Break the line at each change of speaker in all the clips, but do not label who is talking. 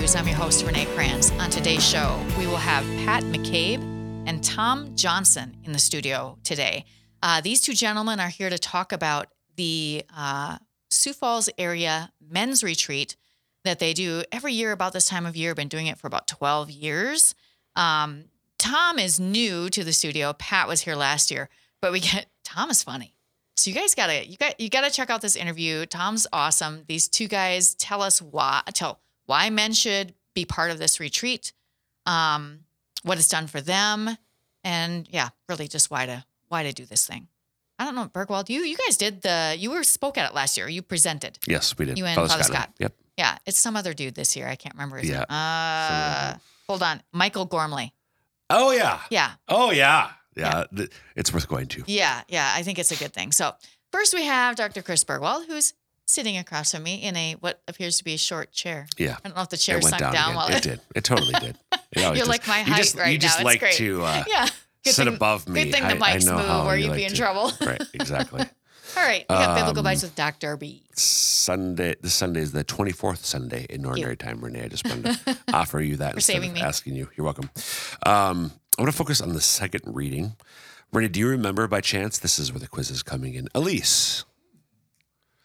is Renee Kranz. On today's show, we will have Pat McCabe and Tom Johnson in the studio today. Uh, these two gentlemen are here to talk about the uh, Sioux Falls area men's retreat that they do every year about this time of year. Been doing it for about 12 years. Um, Tom is new to the studio. Pat was here last year, but we get Tom is funny. So you guys gotta you got you gotta check out this interview. Tom's awesome. These two guys tell us why tell why men should be part of this retreat, um, what it's done for them, and yeah, really just why to why to do this thing. I don't know, Bergwald. You you guys did the you were spoke at it last year. You presented.
Yes, we did.
You and Father Scott.
Yep.
Yeah, it's some other dude this year. I can't remember his
Yeah.
name. Uh, hold on, Michael Gormley.
Oh yeah.
Yeah,
Oh yeah. Yeah. th- It's worth going to.
Yeah, yeah, I think it's a good thing. So first we have Dr. Chris Bergwald, who's sitting across from me in a what appears to be a short chair.
Yeah.
I don't know if the chair
It went
sunk
down.
down,
again.
while
it did. It totally did. It always
You're like my
you just,
height right
You just
now. It's
like
great.
to uh,
yeah. Good
sit
thing,
above me.
good thing the
I- I
mics
know
move
how
or
you
you'd
like
be in
to-
trouble.
right. Exactly.
All right. We have biblical
Um,
bites with Dr. B.
Sunday. This Sunday is the 24th Sunday in ordinary time, Renee. I just wanted to offer you that instead
saving
of
me.
asking you. You're welcome. Um, I want to focus on the second reading. Renee, do you remember by chance? This is where the quiz is coming in. Elise.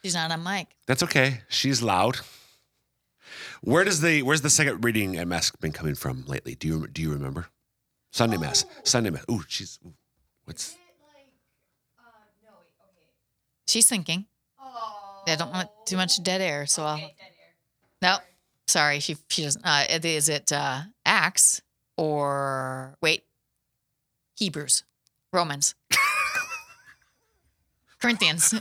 She's not on mic.
That's okay. She's loud. Where does the where's the second reading at mass been coming from lately? Do you do you remember? Sunday mass.
Oh.
Sunday mass. Ooh, she's ooh, what's
She's thinking. I don't want too much dead air, so I'll No. Sorry, she she doesn't uh, it- is it uh Acts or wait. Hebrews. Romans. Corinthians.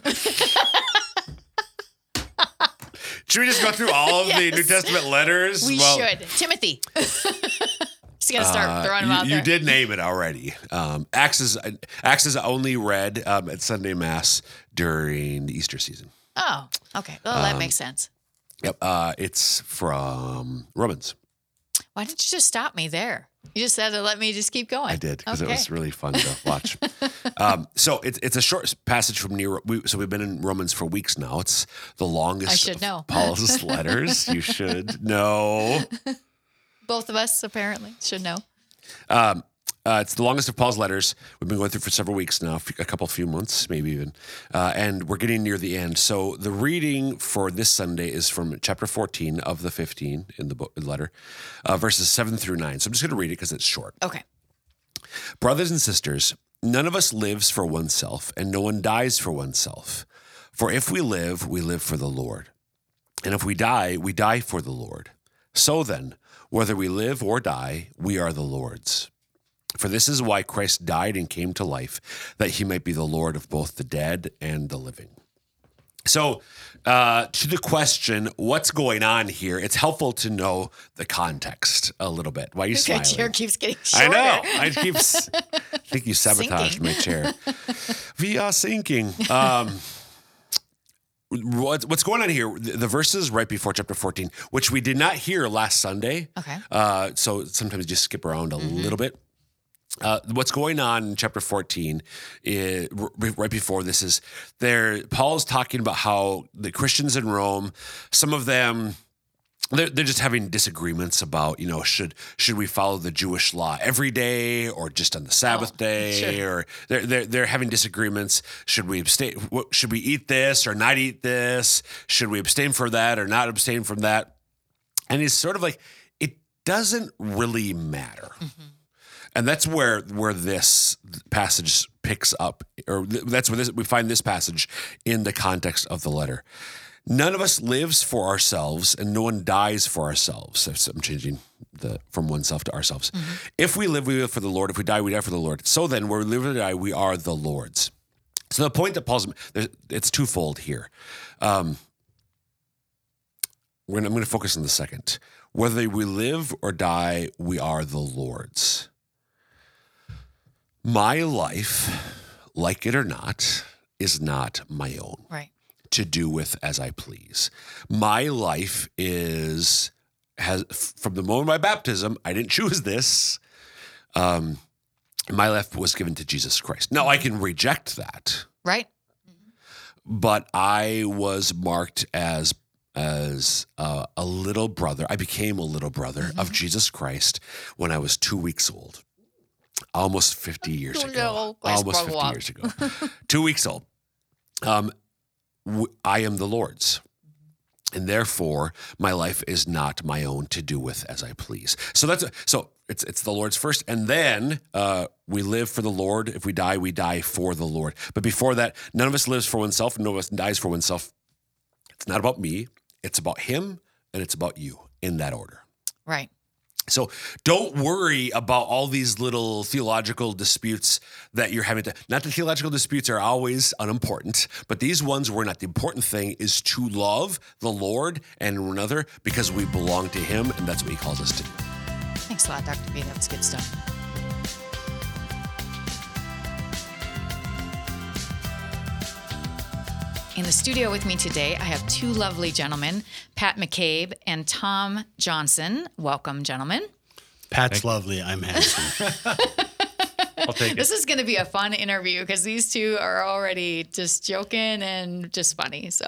should we just go through all of the New
Yes.
Testament letters?
We
Well,
should. Timothy. Just gonna start
uh,
throwing them
you,
out
you
there.
did name it already. Um, Acts is Acts is only read um, at Sunday mass during the Easter season.
Oh, okay. Well,
Um,
that makes sense.
Yep, uh, it's from Romans.
Why didn't you just stop me there? You just said to let me just keep going.
I did because
okay.
it was really fun to watch. um, so it's it's a short passage from near. We, so we've been in Romans for weeks now. It's the longest.
I should
of
know.
Paul's letters. You should know.
Both of us apparently should know.
Um, uh, it's the longest of Paul's letters. We've been going through for several weeks now, a couple few months, maybe even, uh, and we're getting near the end. So the reading for this Sunday is from chapter 14 of the 15 in the book, letter, uh, verses seven through nine. So I'm just going to read it because it's short.
Okay.
Brothers and sisters, none of us lives for oneself, and no one dies for oneself. For if we live, we live for the Lord. And if we die, we die for the Lord. So then, whether we live or die, we are the Lord's. For this is why Christ died and came to life, that he might be the Lord of both the dead and the living. So, uh, to the question, what's going on here? It's helpful to know the context a little bit. Why are you
Your
smiling?
chair keeps getting
I
shorter.
know. I keep. s- I think you sabotaged
Sinking.
my chair. we are sinking. Um, what, what's going on here? The, the verses right before chapter 14, which we did not hear last Sunday.
Okay.
Uh, so sometimes just skip around a little bit. Uh, what's going on in chapter 14 is, r- right before this is there paul's talking about how the christians in rome some of them they're, they're just having disagreements about you know should should we follow the jewish law every day or just on the sabbath day
sure.
or they're, they're they're having disagreements should we abstain what- should we eat this or not eat this should we abstain from that or not abstain from that and he's sort of like it doesn't really matter and that's where where this passage picks up or th- that's where this we find this passage in the context of the letter none of us lives for ourselves and no one dies for ourselves So- so i'm changing the from oneself to ourselves if we live we live for the lord if we die we die for the lord so then where we live or die we are the lord's so the point that paul's there's- it's twofold here um, when i'm going to focus on the second whether we live or die we are the lord's my life, like it or not, is not my own
Right.
to do with as I please. My life is has from the moment of my baptism, I didn't choose this. Um, my life was given to Jesus Christ. Now I can reject that,
Right?
but I was marked as as uh, a little brother. I became a little brother of Jesus Christ when I was two weeks old, almost 50 years
Oh,
ago.
Little Christ
Almost 50
grow up.
years ago. two weeks old. Um, w- I am the Lord's. And therefore, my life is not my own to do with as I please. So that's so it's it's the Lord's first, and then uh, we live for the Lord. If we die, we die for the Lord. But before that, none of us lives for oneself, no one of us dies for oneself. It's not about me. It's about him and it's about you in that order.
Right.
So don't worry about all these little theological disputes that you're having to. Not that theological disputes are always unimportant, but these ones were not. The important thing is to love the Lord and one another because we belong to him and that's what he calls us to do.
Thanks a lot, Dr. B. That was good stuff. In the studio with me today, I have two lovely gentlemen, Pat McCabe and Tom Johnson. Welcome, gentlemen.
Pat's lovely. I'm handsome.
I'll take it.
This is going to be a fun interview because these two are already just joking and just funny. So,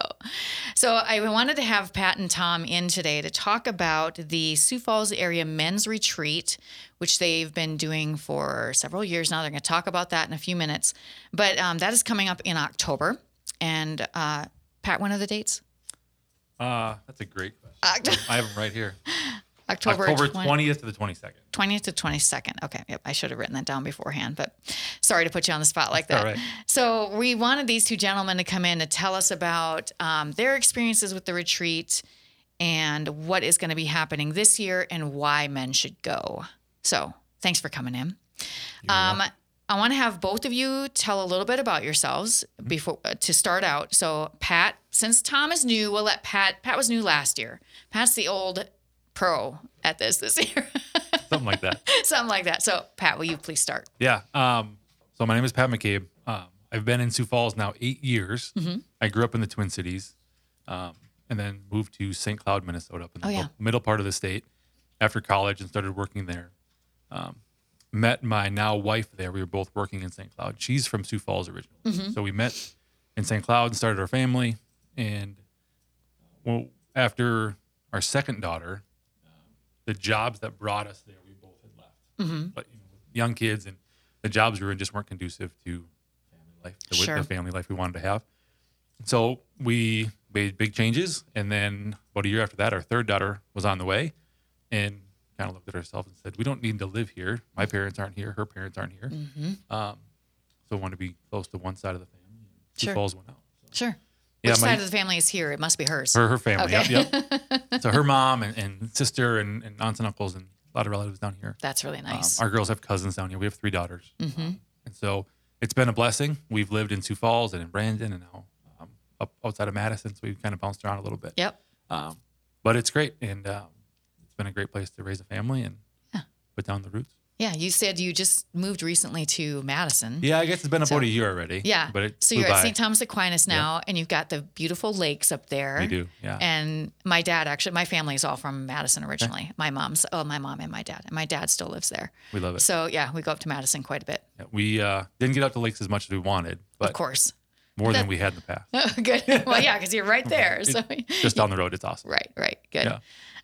so I wanted to have Pat and Tom in today to talk about the Sioux Falls area men's retreat, which they've been doing for several years now. They're going to talk about that in a few minutes, but um, that is coming up in October. And uh, Pat, when are the dates?
Uh, that's a great question.
Oct-
I have them right here.
October,
October
20
20th to the 22nd.
20th to 22nd. Okay. Yep. I should have written that down beforehand, but sorry to put you on the spot like that.
all right.
So, we wanted these two gentlemen to come in to tell us about um, their experiences with the retreat and what is going to be happening this year and why men should go. So, thanks for coming in. Um, I want to have both of you tell a little bit about yourselves
Mm-hmm.
before uh, to start out. So, Pat, since Tom is new, we'll let Pat. Pat was new last year. Pat's the old pro at this this year.
Something like that.
something like that. So, Pat, will you please start?
Yeah. Um, so my name is Pat McCabe. Um, I've been in Sioux Falls now eight years.
Mm-hmm.
I grew up in the Twin Cities, um, and then moved to St. Cloud, Minnesota, up in the
Oh, yeah.
middle, middle part of the state after college and started working there. Um, met my now wife there. We were both working in St. Cloud. She's from Sioux Falls originally,
Mm-hmm.
so we met in St. Cloud and started our family. And well, after our second daughter, the jobs that brought us there, we both had left.
Mm-hmm.
But you know, with young kids and the jobs we were in just weren't conducive to family life, the, wi-
Sure.
the family life we wanted to have. So we made big changes, and then about a year after that, our third daughter was on the way, and kind of looked at herself and said, "We don't need to live here. My parents aren't here. Her parents aren't here.
Mm-hmm.
Um, so we want to be close to one side of the family." Sioux
Sure.
Falls went out.
Sure.
Yeah,
Which
my-
side of the family is here? It must be hers.
Her, her family.
Okay.
Yep, yep. so her mom and, and sister and, and aunts and uncles and a lot of relatives down here.
That's really
Um,
nice. Mm-hmm.
our girls have cousins down here. We have three daughters. Um, and so it's been a blessing. We've lived in Sioux Falls and in Brandon and now um, up outside of Madison. So we've kind of bounced around a little bit.
yep.
Um, but it's great. And um, it's been a great place to raise a family and put down the roots.
Yeah. You said you just moved recently to Madison.
Yeah, I guess it's been about
So-
a year already.
Yeah.
But it
so
flew
you're
by.
at St. Thomas Aquinas now, and you've got the beautiful lakes up there.
We do. Yeah.
And my dad actually, my family is all from Madison originally. My mom's, oh, my mom and my dad, and my dad still lives there.
we love it.
So yeah, we go up to Madison quite a bit,
Yeah, we uh, didn't get out to lakes as much as we wanted,
of
but
course.
more than we had in the past.
good. Well, yeah, because you're right there. So
Just down the road, it's awesome.
right, right, good.
Yeah.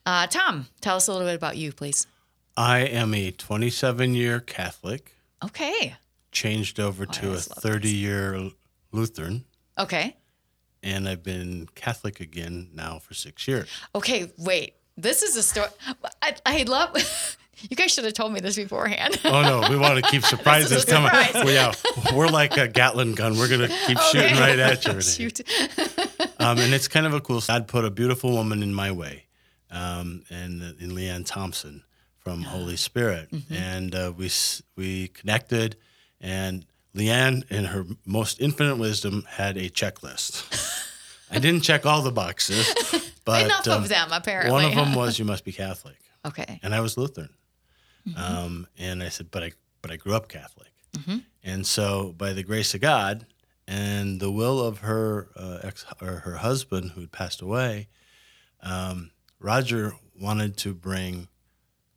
Uh, Tom, tell us a little bit about you, please.
I am a 27 year Catholic,
Okay.
changed over
Oh, I
to a
always love
30 year Lutheran,
Okay.
and I've been Catholic again now for six years.
Okay, wait. This is a story. I, I love. You guys should have told me this beforehand.
Oh no, we want to keep surprises
This is a
coming.
surprise.
Well, yeah, we're like a Gatlin gun. We're gonna keep shooting right at you.
Shoot.
Um, and it's kind of a cool. God put a beautiful woman in my way, um, and in Leanne Thompson from
Ah.
Holy Spirit,
Mm-hmm.
and uh, we s- we connected, and Leanne, in her most infinite wisdom, had a checklist. I didn't check all the boxes, but
Enough
um,
of them, apparently.
One of them was you must be Catholic,
Okay.
and I was Lutheran, um, and I said, but I but I grew up Catholic, and so by the grace of God and the will of her uh, ex or her husband who had passed away, um, Roger wanted to bring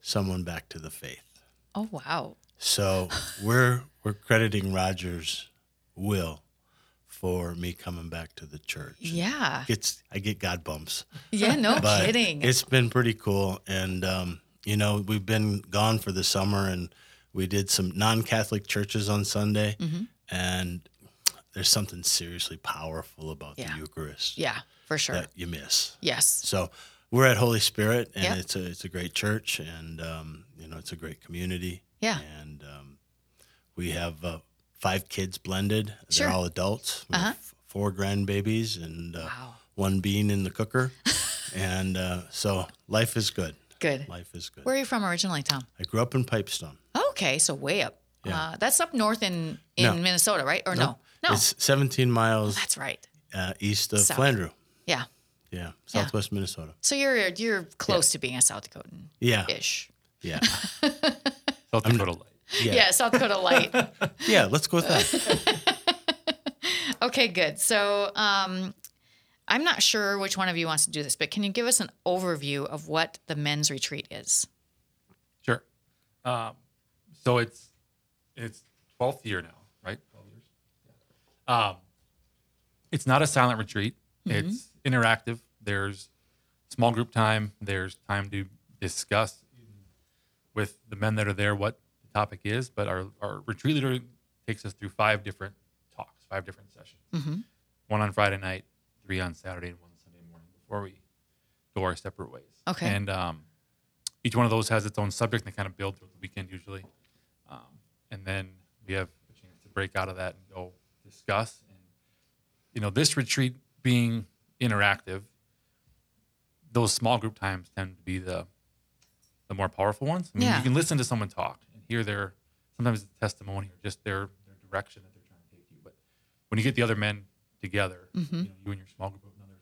someone back to the faith.
Oh wow.
So we're we're crediting Roger's will for me coming back to the church.
Yeah.
It's I get God bumps.
Yeah, no
but
kidding.
It's been pretty cool, and um, you know we've been gone for the summer, and we did some non-Catholic churches on Sunday,
Mm-hmm.
and there's something seriously powerful about
Yeah.
the Eucharist
yeah, for sure.
that you miss.
yes.
So we're at Holy Spirit, and
Yeah.
it's a it's a great church, and um, you know it's a great community.
Yeah.
and um, we have uh, five kids blended.
Sure.
They're all adults. We
Uh-huh.
have f- four grandbabies and uh,
Wow.
one bean in the cooker, and uh, so life is good.
Good.
Life is good.
Where are you from originally, Tom?
I grew up in Pipestone.
Okay, so way up.
Yeah.
Uh, that's up north in, in
No.
Minnesota, right? Or no? No.
It's 17 miles
that's right.
uh, east of
South.
Flandreau.
Yeah.
Yeah, southwest Minnesota.
So you're you're close to being a South Dakotan
Yeah,
ish.
yeah,
South Dakota Light.
Yeah.
Yeah.
South Dakota light.
yeah. Let's go with that.
okay, good. So um, I'm not sure which one of you wants to do this, but can you give us an overview of what the men's retreat is?
Sure. Um, so it's it's twelfth year now, right? Twelve years. Um, it's not a silent retreat. It's interactive. There's small group time. There's time to discuss with the men that are there what the topic is. But our our retreat leader takes us through five different talks, five different sessions. One on Friday night, three on Saturday, and one Sunday morning before we go our separate ways.
Okay.
And um, each one of those has its own subject and they kind of build through the weekend usually. Um, and then we have a chance to break out of that and go discuss. And, you know, this retreat being interactive, those small group times tend to be the the more powerful ones. I mean,
Yeah.
you can listen to someone talk and hear their sometimes it's testimony or just their, their direction that they're trying to take you. But when you get the other men together, you, know, you and your small group of another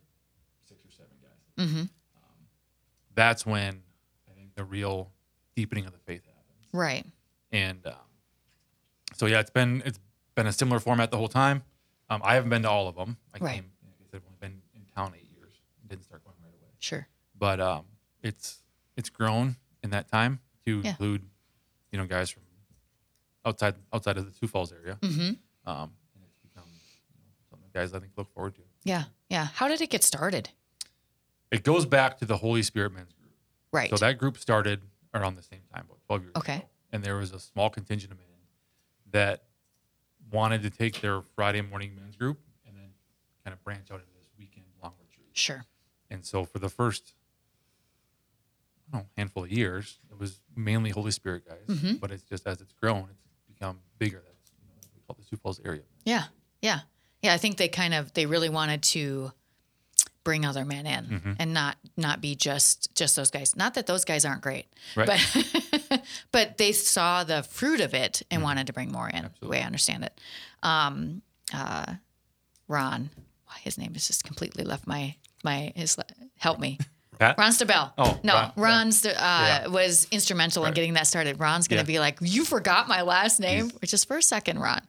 six or seven guys, um, that's when I think the real deepening of the faith happens.
Right.
And um, so yeah, it's been it's been a similar format the whole time. Um, I haven't been to all of them. I
Right.
came, like I said, I've been in town eight years. Didn't start going right away
Sure.
but um, it's it's grown in that time to
Yeah.
include you know guys from outside outside of the Sioux Falls area.
Mm-hmm.
Um, and it's become you know, something guys I think look forward to.
Yeah. Yeah. How did it get started?
It goes back to the Holy Spirit men's group.
Right.
So that group started around the same time, about 12 years
Okay.
ago. And there was a small contingent of men that wanted to take their Friday morning men's group and then kind of branch out into this weekend long retreat.
sure.
And so for the first I don't know, handful of years, it was mainly Holy Spirit guys.
Mm-hmm.
But it's just as it's grown, it's become bigger. That's you know, we call the Sioux Falls area.
Yeah. Yeah. Yeah. I think they kind of they really wanted to bring other men in and not not be just just those guys. Not that those guys aren't great,
Right.
but but they saw the fruit of it and wanted to bring more in. The way I understand it, um, uh, Ron, why his name has just completely left my my his help me.
Pat?
Ron Stabell.
Oh,
no,
Ron, yeah.
Ron's uh, was instrumental in getting that started. Ron's gonna
Yeah.
be like, you forgot my last name, which is for a second, Ron.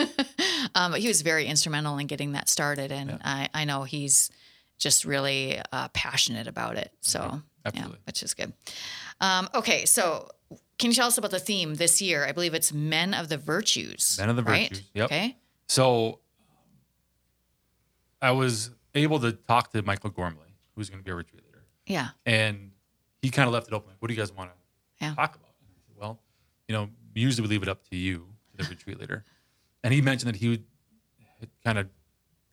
um, but he was very instrumental in getting that started, and I, I know he's just really uh, passionate about it. So
Mm-hmm. Absolutely.
yeah, which is good. Um, okay, so can you tell us about the theme this year? I believe it's Men of the Virtues.
Men of the
right?
Virtues, yep.
Okay.
So um, I was able to talk to Michael Gormley, who's going to be our retreat leader.
Yeah.
And he kind of left it open. Like, what do you guys want to
Yeah.
talk about? And I said, well, you know, usually we leave it up to you, the retreat leader. And he mentioned that he would, had kind of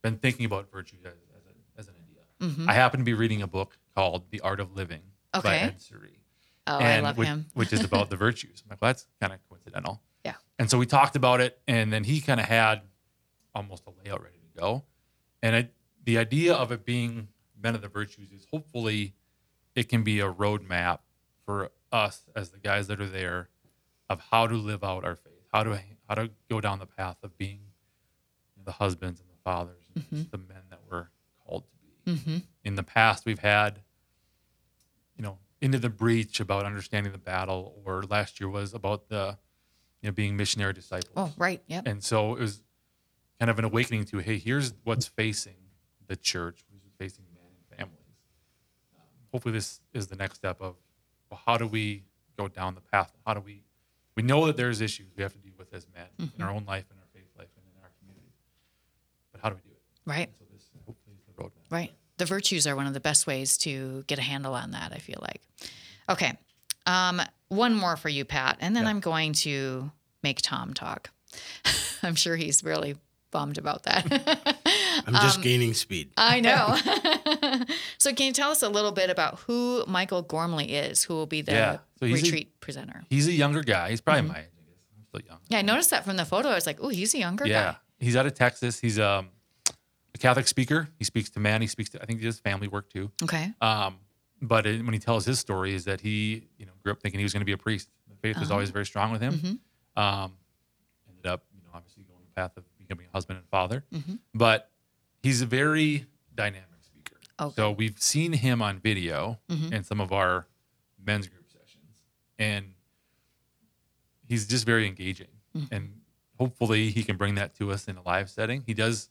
been thinking about virtue as, as, a, as an idea. I happen to be reading a book called The Art of Living by
Mm-hmm. Okay.
Ed Surrey.
Oh,
and
I love
which,
him.
which is about the virtues. I'm like, well, that's kind of coincidental.
Yeah.
And so we talked about it, and then he kind of had almost a layout ready to go. And it, the idea of it being men of the virtues is hopefully it can be a roadmap for us as the guys that are there of how to live out our faith, how to how to go down the path of being the husbands and the fathers, and just the men that we're called to be. In the past, we've had you know into the breach about understanding the battle, or last year was about the you know being missionary disciples.
Oh, right. Yep.
And so it was kind of an awakening to, hey, here's what's facing the church, what's facing men and families. Um, hopefully, this is the next step of, well, how do we go down the path? How do we, we
Mm-hmm.
know that there's issues we have to deal with as men in our own life, in our faith life, and in our community. but how do we do it?
Right.
So this hopefully is the roadmap.
Right. The virtues are one of the best ways to get a handle on that, I feel like. Okay. Um, one more for you, Pat, and then I'm going to make Tom talk. I'm sure he's really bummed about that.
I'm
Um,
just gaining speed.
I know. so, can you tell us a little bit about who Michael Gormley is, who will be the
Yeah. So he's a-
retreat presenter?
He's a younger guy. He's probably my age. I guess. I'm still young.
Mm-hmm. Yeah, I noticed that from the photo. I was like, oh, he's a younger
Yeah.
guy.
He's out of Texas. He's um, a Catholic speaker. He speaks to man. He speaks to, I think, he does family work too.
Okay.
Um, but it, when he tells his story, is that he, you know, grew up thinking he was going to be a priest. Faith was always very strong with him. Um, ended up, you know, obviously going the path of becoming a husband and father. But he's a very dynamic speaker.
Okay.
So we've seen him on video in some of our men's group sessions, and he's just very engaging. And hopefully, he can bring that to us in a live setting. He does,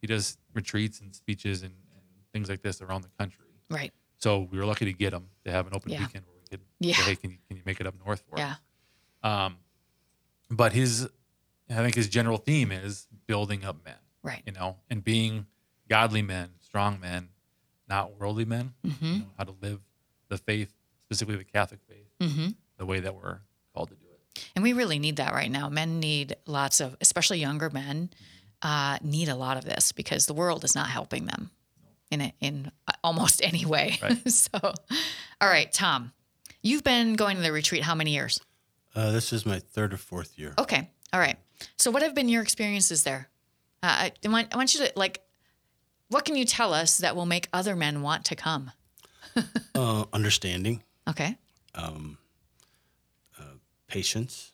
he does retreats and speeches and, and things like this around the country.
Right.
So we were lucky to get him to have an open
Yeah.
weekend where we could
Yeah.
say, hey, can you, can you make it up north for
Yeah.
us? Um, but his, I think his general theme is building up men,
Right.
you know, and being godly men, strong men, not worldly men,
Mm-hmm.
you know, how to live the faith, specifically the Catholic faith,
Mm-hmm.
the way that we're called to do it.
And we really need that right now. Men need lots of, especially younger men, uh, need a lot of this because the world is not helping them in a, in almost any way. so, all right, Tom, you've been going to the retreat how many years?
Uh, this is my third or fourth year.
Okay, all right. So, what have been your experiences there? Uh, I, I want I want you to like, what can you tell us that will make other men want to come?
Uh, understanding,
Okay,
patience,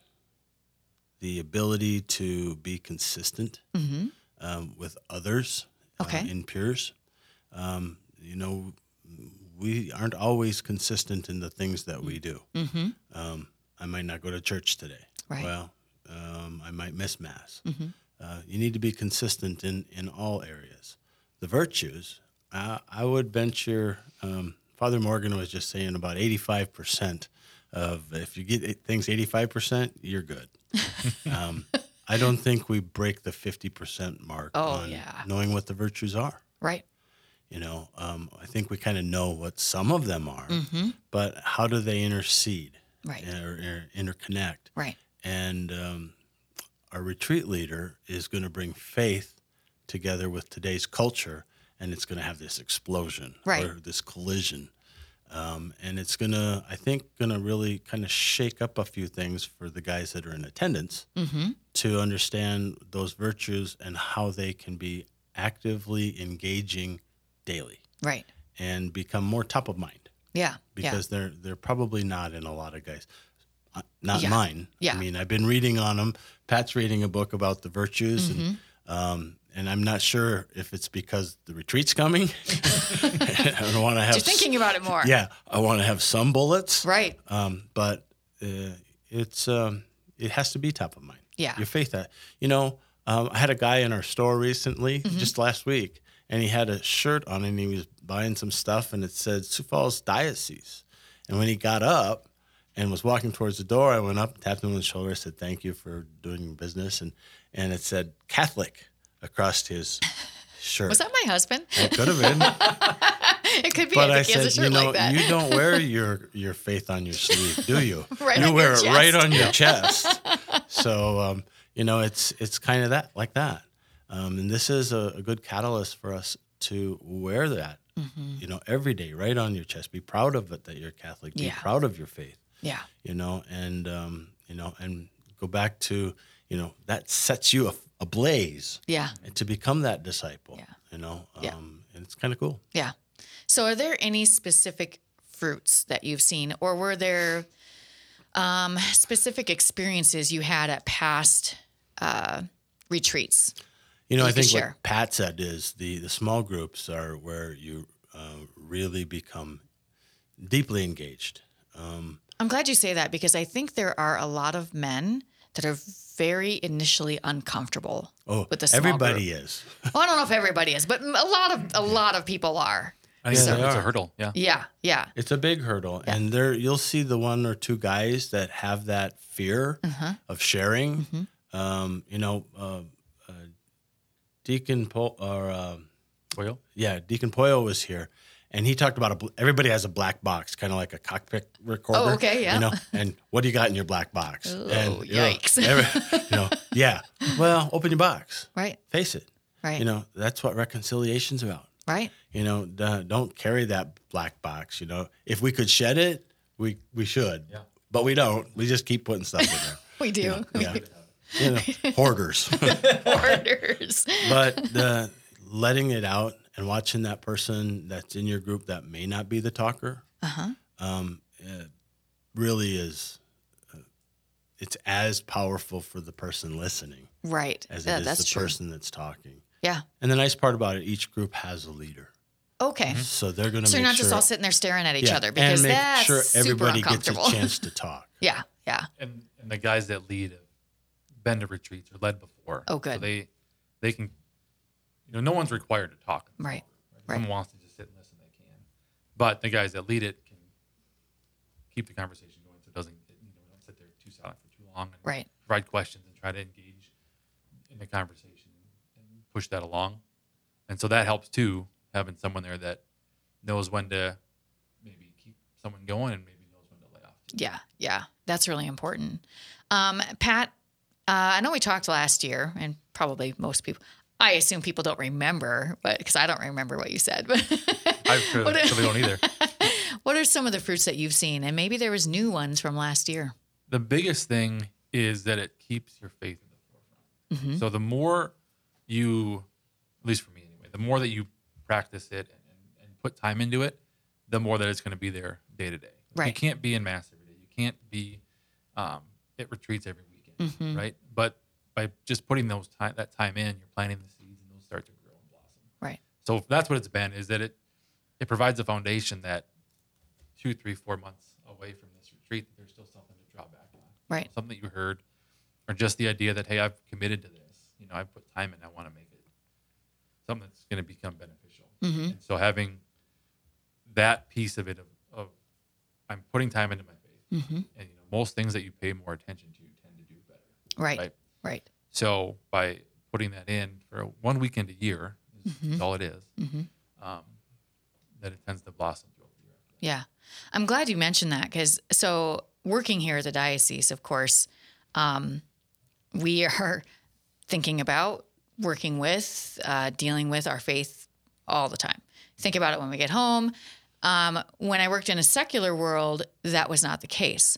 the ability to be consistent um, with others
Okay.
uh, in peers. Um, you know, we aren't always consistent in the things that we do. Um, I might not go to church today.
Mm-hmm. Right. Mm-hmm.
Well, um, I might miss mass. Uh, you need to be consistent in, in all areas. The virtues, I, I would venture, um, Father Morgan was just saying about 85% of, if you get it- things 85%, you're good. um, I don't think we break the 50% mark
Oh,
on
yeah.
knowing what the virtues are.
right.
You know, um, I think we kind of know what some of them are, but how do they
Mm.
intercede
Mm-hmm. Right.
or, or interconnect?
Right.
And um, our retreat leader is going to bring faith together with today's culture, and it's going to have this explosion
Right.
or this collision. Um, and it's going to, I think, going to really kind of shake up a few things for the guys that are in attendance
Mm-hmm.
to understand those virtues and how they can be actively engaging daily
Right.
and become more top of mind
Yeah. yeah.
because they're they're probably not in a lot of guys. Uh, Not
Yeah.
mine.
Yeah.
I mean, I've been reading on them. Pat's reading a book about the virtues,
Mm-hmm.
and um, and I'm not sure if it's because the retreat's coming. I don't want to have.
You're thinking about it more.
Yeah, I want to have some bullets.
Right.
Um, but uh, it's um, it has to be top of mind.
Yeah.
Your faith. That, you know, um, I had a guy in our store recently,
Mm-hmm.
just last week, and he had a shirt on, and he was buying some stuff, and it said Sioux Falls Diocese. And when he got up and was walking towards the door, I went up, tapped him on the shoulder, said, "Thank you for doing your business," and and it said Catholic across his shirt.
Was that my husband?
It could have been.
It could be.
But
I
I
think he has a
said,
shirt
you know,
like that.
you don't wear your your faith on your sleeve, do you?
Right
you
on
wear
your
it right
chest.
on your chest. so um, you know, it's it's kind of that like that, um, and this is a, a good catalyst for us to wear that.
Mm-hmm.
You know, every day, right on your chest. Be proud of it that you're Catholic. Be
Yeah.
proud of your faith.
yeah.
You know, and um, you know, and go back to you know that sets you af- ablaze
Yeah.
to become that disciple.
Yeah.
You know, um,
Yeah.
and it's kind of cool.
Yeah. So, are there any specific fruits that you've seen, or were there um, specific experiences you had at past uh, retreats?
You know,
you
I
could
think
share.
what Pat said is the the small groups are where you uh, really become deeply engaged. Um,
I'm glad you say that because I think there are a lot of men that are very initially uncomfortable
oh,
with the small
everybody
group.
is.
Well, I don't know if everybody is, but a lot of a lot of people are.
I think
Yeah,
it's,
they
a, it's a
are.
hurdle. Yeah.
Yeah, yeah,
It's a big hurdle, and there you'll see the one or two guys that have that
Uh-huh. Mm-hmm.
fear of sharing. Um, you know, uh, uh, Deacon Pol- or um,
Well,
yeah, Deacon Poyo was here, and he talked about a. bl- Everybody has a black box, kind of like a cockpit recorder.
Oh, okay, yeah.
You know, and what do you got in your black box?
Oh,
and, you know,
yikes.
every- you know, yeah. Well, open your box.
Right.
Face it.
Right.
You know, that's what reconciliation's about.
right.
You know, d- don't carry that black box. You know, if we could shed it, we we should.
Yeah.
But we don't. We just keep putting stuff in
We do.
there. Yeah. you know, hoarders.
Orders.
but the letting it out and watching that person that's in your group that may not be the talker
Uh-huh.
um, it really is uh, it's as powerful for the person listening
Right.
as
Yeah,
it is
that's
the
true.
person that's talking
Yeah.
and the nice part about it each group has a leader
Okay.
so they're going to
So you're
Mm-hmm. make
not
sure
just all sitting there staring at each
Yeah,
other because
and make
that's
sure everybody
super
gets a
uncomfortable.
chance to talk
yeah. Yeah.
and, and the guys that lead have been to retreats or led before.
Oh, good.
So they they can, you know, no one's required to talk.
Right.
If Someone wants to just sit and listen, they can. But the guys that lead it can keep the conversation going, so it doesn't it, you know we don't sit there too silent for too long. And
Right.
Provide questions and try to engage in the conversation and push that along. And so that helps too, having someone there that knows when to maybe keep someone going and maybe knows when to lay off.
Yeah, yeah, that's really important. Um, Pat, uh, I know we talked last year, and probably most people. I assume people don't remember, but because I don't remember what you said. But
I really,
What-
really don't either.
what are some of the fruits that you've seen, and maybe there was new ones from last year?
the biggest thing is that it keeps your faith in the forefront.
Mm-hmm.
So the more you, at least for me anyway, the more that you practice it and, and, and put time into it, the more that it's going to be there day to day. You
Right.
can't be in mass every day. You can't be um, at retreats every weekend,
Mm-hmm.
right? But by just putting those time that time in, you're planting the seeds and those start to grow and blossom.
Right,
So that's what it's been is that it it provides a foundation that two, three, four months away from this retreat, there's still something to draw back on
right,
something that you heard, or just the idea that hey, I've committed to this. You know, I've put time in. I want to make it something that's going to become beneficial.
Mm-hmm.
And so having that piece of it of, of I'm putting time into my faith,
Mm-hmm.
and you know, most things that you pay more attention to tend to do better.
right, right,
Right. So by putting that in for one weekend a year is, is all it is, um, that it tends to blossom throughout the year.
Yeah, I'm glad you mentioned that because so working here at the diocese, of course, um, we are thinking about working with, uh, dealing with our faith all the time. Think about it when we get home. Um, when I worked in a secular world, that was not the case.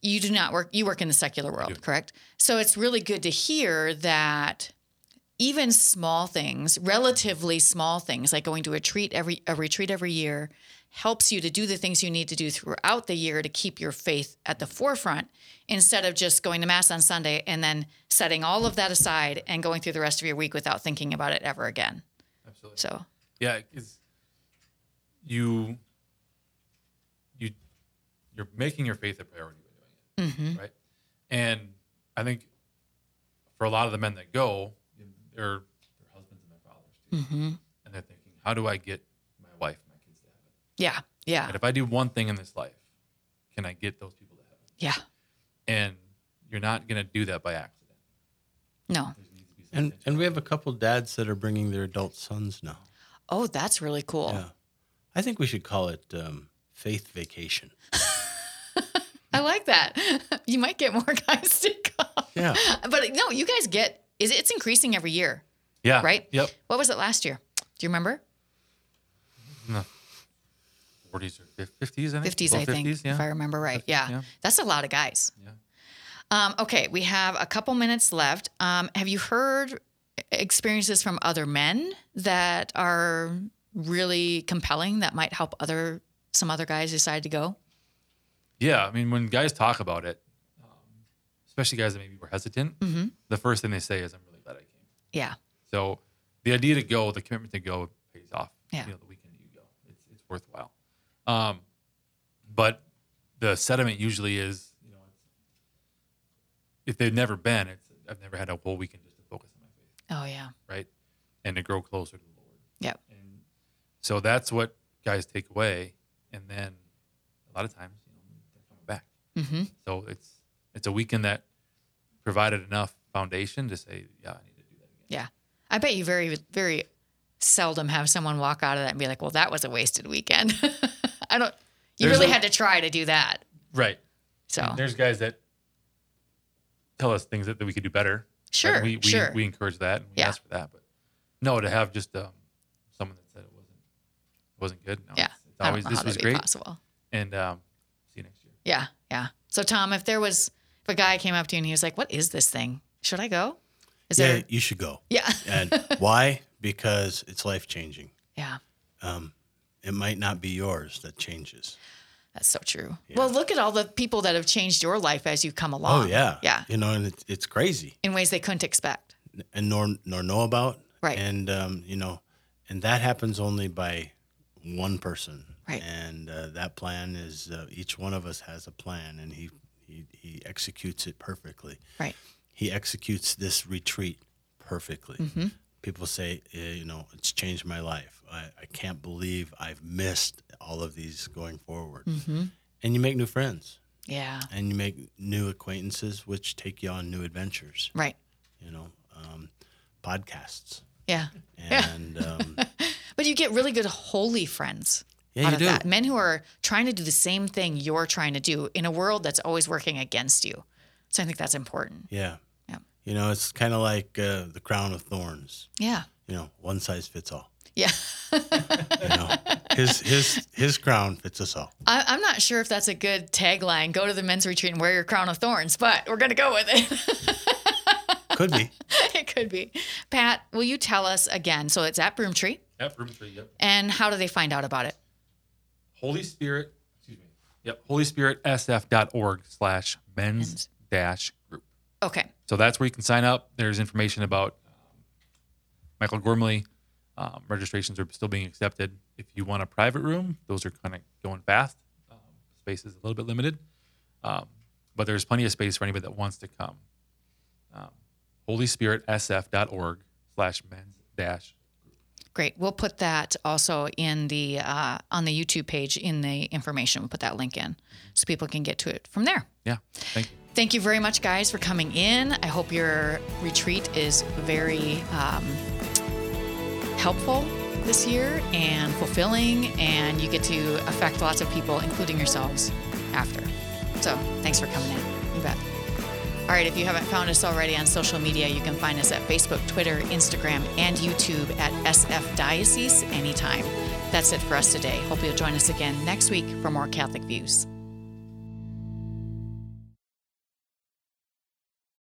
You do not work, you work in the secular world, correct? So it's really good to hear that even small things, relatively small things, like going to a retreat every a retreat every year, helps you to do the things you need to do throughout the year to keep your faith at the forefront, instead of just going to mass on Sunday and then setting all of that aside and going through the rest of your week without thinking about it ever again.
Absolutely.
So
Yeah, because you you you're making your faith a priority by doing it, right? And I think for a lot of the men that go, they're their husbands and their fathers too, and they're thinking, how do I get my wife, and my kids to heaven?
yeah, yeah,
And if I do one thing in this life, can I get those people to heaven?
yeah.
And you're not gonna do that by accident.
No.
There needs to be some
and
intention.
and we have a couple dads that are bringing their adult sons now
Oh, that's really cool.
yeah i think we should call it um, faith vacation
I like that. you might get more guys to come.
yeah
But no, you guys get is it's increasing every year.
yeah,
right?
Yep,
What was it last year? Do you remember?
40s or 50s, I think.
50s,
Low
I think,
50s, yeah.
if I remember right. Yeah.
yeah.
That's a lot of guys.
Yeah.
Um, okay, we have a couple minutes left. Um, have you heard experiences from other men that are really compelling that might help other some other guys decide to go?
Yeah, I mean, when guys talk about it, um, especially guys that maybe were hesitant,
Mm.
the first thing they say is, "I'm really glad I came."
Mm-hmm. Yeah.
So the idea to go, the commitment to go, pays off.
Yeah.
You know, the weekend you go, it's it's worthwhile. Um, but the sediment usually is, you know, it's, if they've never been, it's I've never had a whole weekend just to focus on my faith,
Oh yeah.
right, and to grow closer to the Lord.
Yep.
And so that's what guys take away, and then a lot of times, you know, they're coming back.
Mm-hmm.
So it's it's a weekend that provided enough foundation to say, yeah, I need to do that again.
Yeah. I bet you very, very seldom have someone walk out of that and be like, well, that was a wasted weekend. I don't, you
There's
really
a-
had to try to do that.
Right.
So,
There's guys that tell us things that, that we could do better.
Sure,
And we, we,
sure.
we encourage that and we
Yeah.
ask for that. But no, to have just um, someone that said it wasn't it wasn't good. No,
yeah.
It's, it's
I don't
always
know how
this was
that'd be
great.
possible.
And um, see you next year.
Yeah. Yeah. So, Tom, if there was, if a guy came up to you and he was like, what is this thing? Should I go? Is
yeah,
there,
you should go.
yeah.
And why? Because it's life changing.
Yeah.
Um, it might not be yours that changes.
That's so true. Well, look at all the people that have changed your life as you come along.
Oh yeah,
Yeah.
You know, and it's it's crazy,
In ways they couldn't expect.
and nor nor know about.
Right.
And um, you know, and that happens only by one person.
Right.
And uh, that plan is uh, each one of us has a plan, and he he, he executes it perfectly.
Right.
he executes this retreat perfectly. People say, eh, you know, it's changed my life. I, I can't believe I've missed all of these going forward. And you make new friends
Yeah.
and you make new acquaintances, which take you on new adventures,
Right.
you know, um, podcasts.
Yeah.
And um,
But you get really good holy friends
Yeah,
out
you
of
do.
that. Men who are trying to do the same thing you're trying to do in a world that's always working against you. So I think that's important.
yeah.
Yeah.
You know, it's kind of like uh, the crown of thorns,
Yeah.
you know, one size fits all.
Yeah.
You know, his, his, his crown fits us all.
I, I'm not sure if that's a good tagline. Go to the men's retreat and wear your crown of thorns, but we're going to go with it.
Could be.
it could be. Pat, will you tell us again? So it's at Broomtree.
Yep, room three. Yep.
And how do they find out about it?
Holy Spirit. Excuse me. Yep. Holy Spirit SF.org slash men's dash group.
Okay.
So that's where you can sign up. There's information about um, Michael Gormley. Um, registrations are still being accepted. If you want a private room, those are kind of going fast. Um, space is a little bit limited, um, but there's plenty of space for anybody that wants to come. Um, HolySpiritSF.org slash men's dash.
Great. We'll put that also in the uh, on the YouTube page in the information. We'll put that link in so people can get to it from there.
Yeah. Thank you.
Thank you very much, guys, for coming in. I hope your retreat is very um, helpful this year and fulfilling, and you get to affect lots of people, including yourselves, after. So, thanks for coming in. You bet. All right, if you haven't found us already on social media, you can find us at Facebook, Twitter, Instagram, and YouTube at SF Diocese anytime. That's it for us today. Hope you'll join us again next week for more Catholic Views.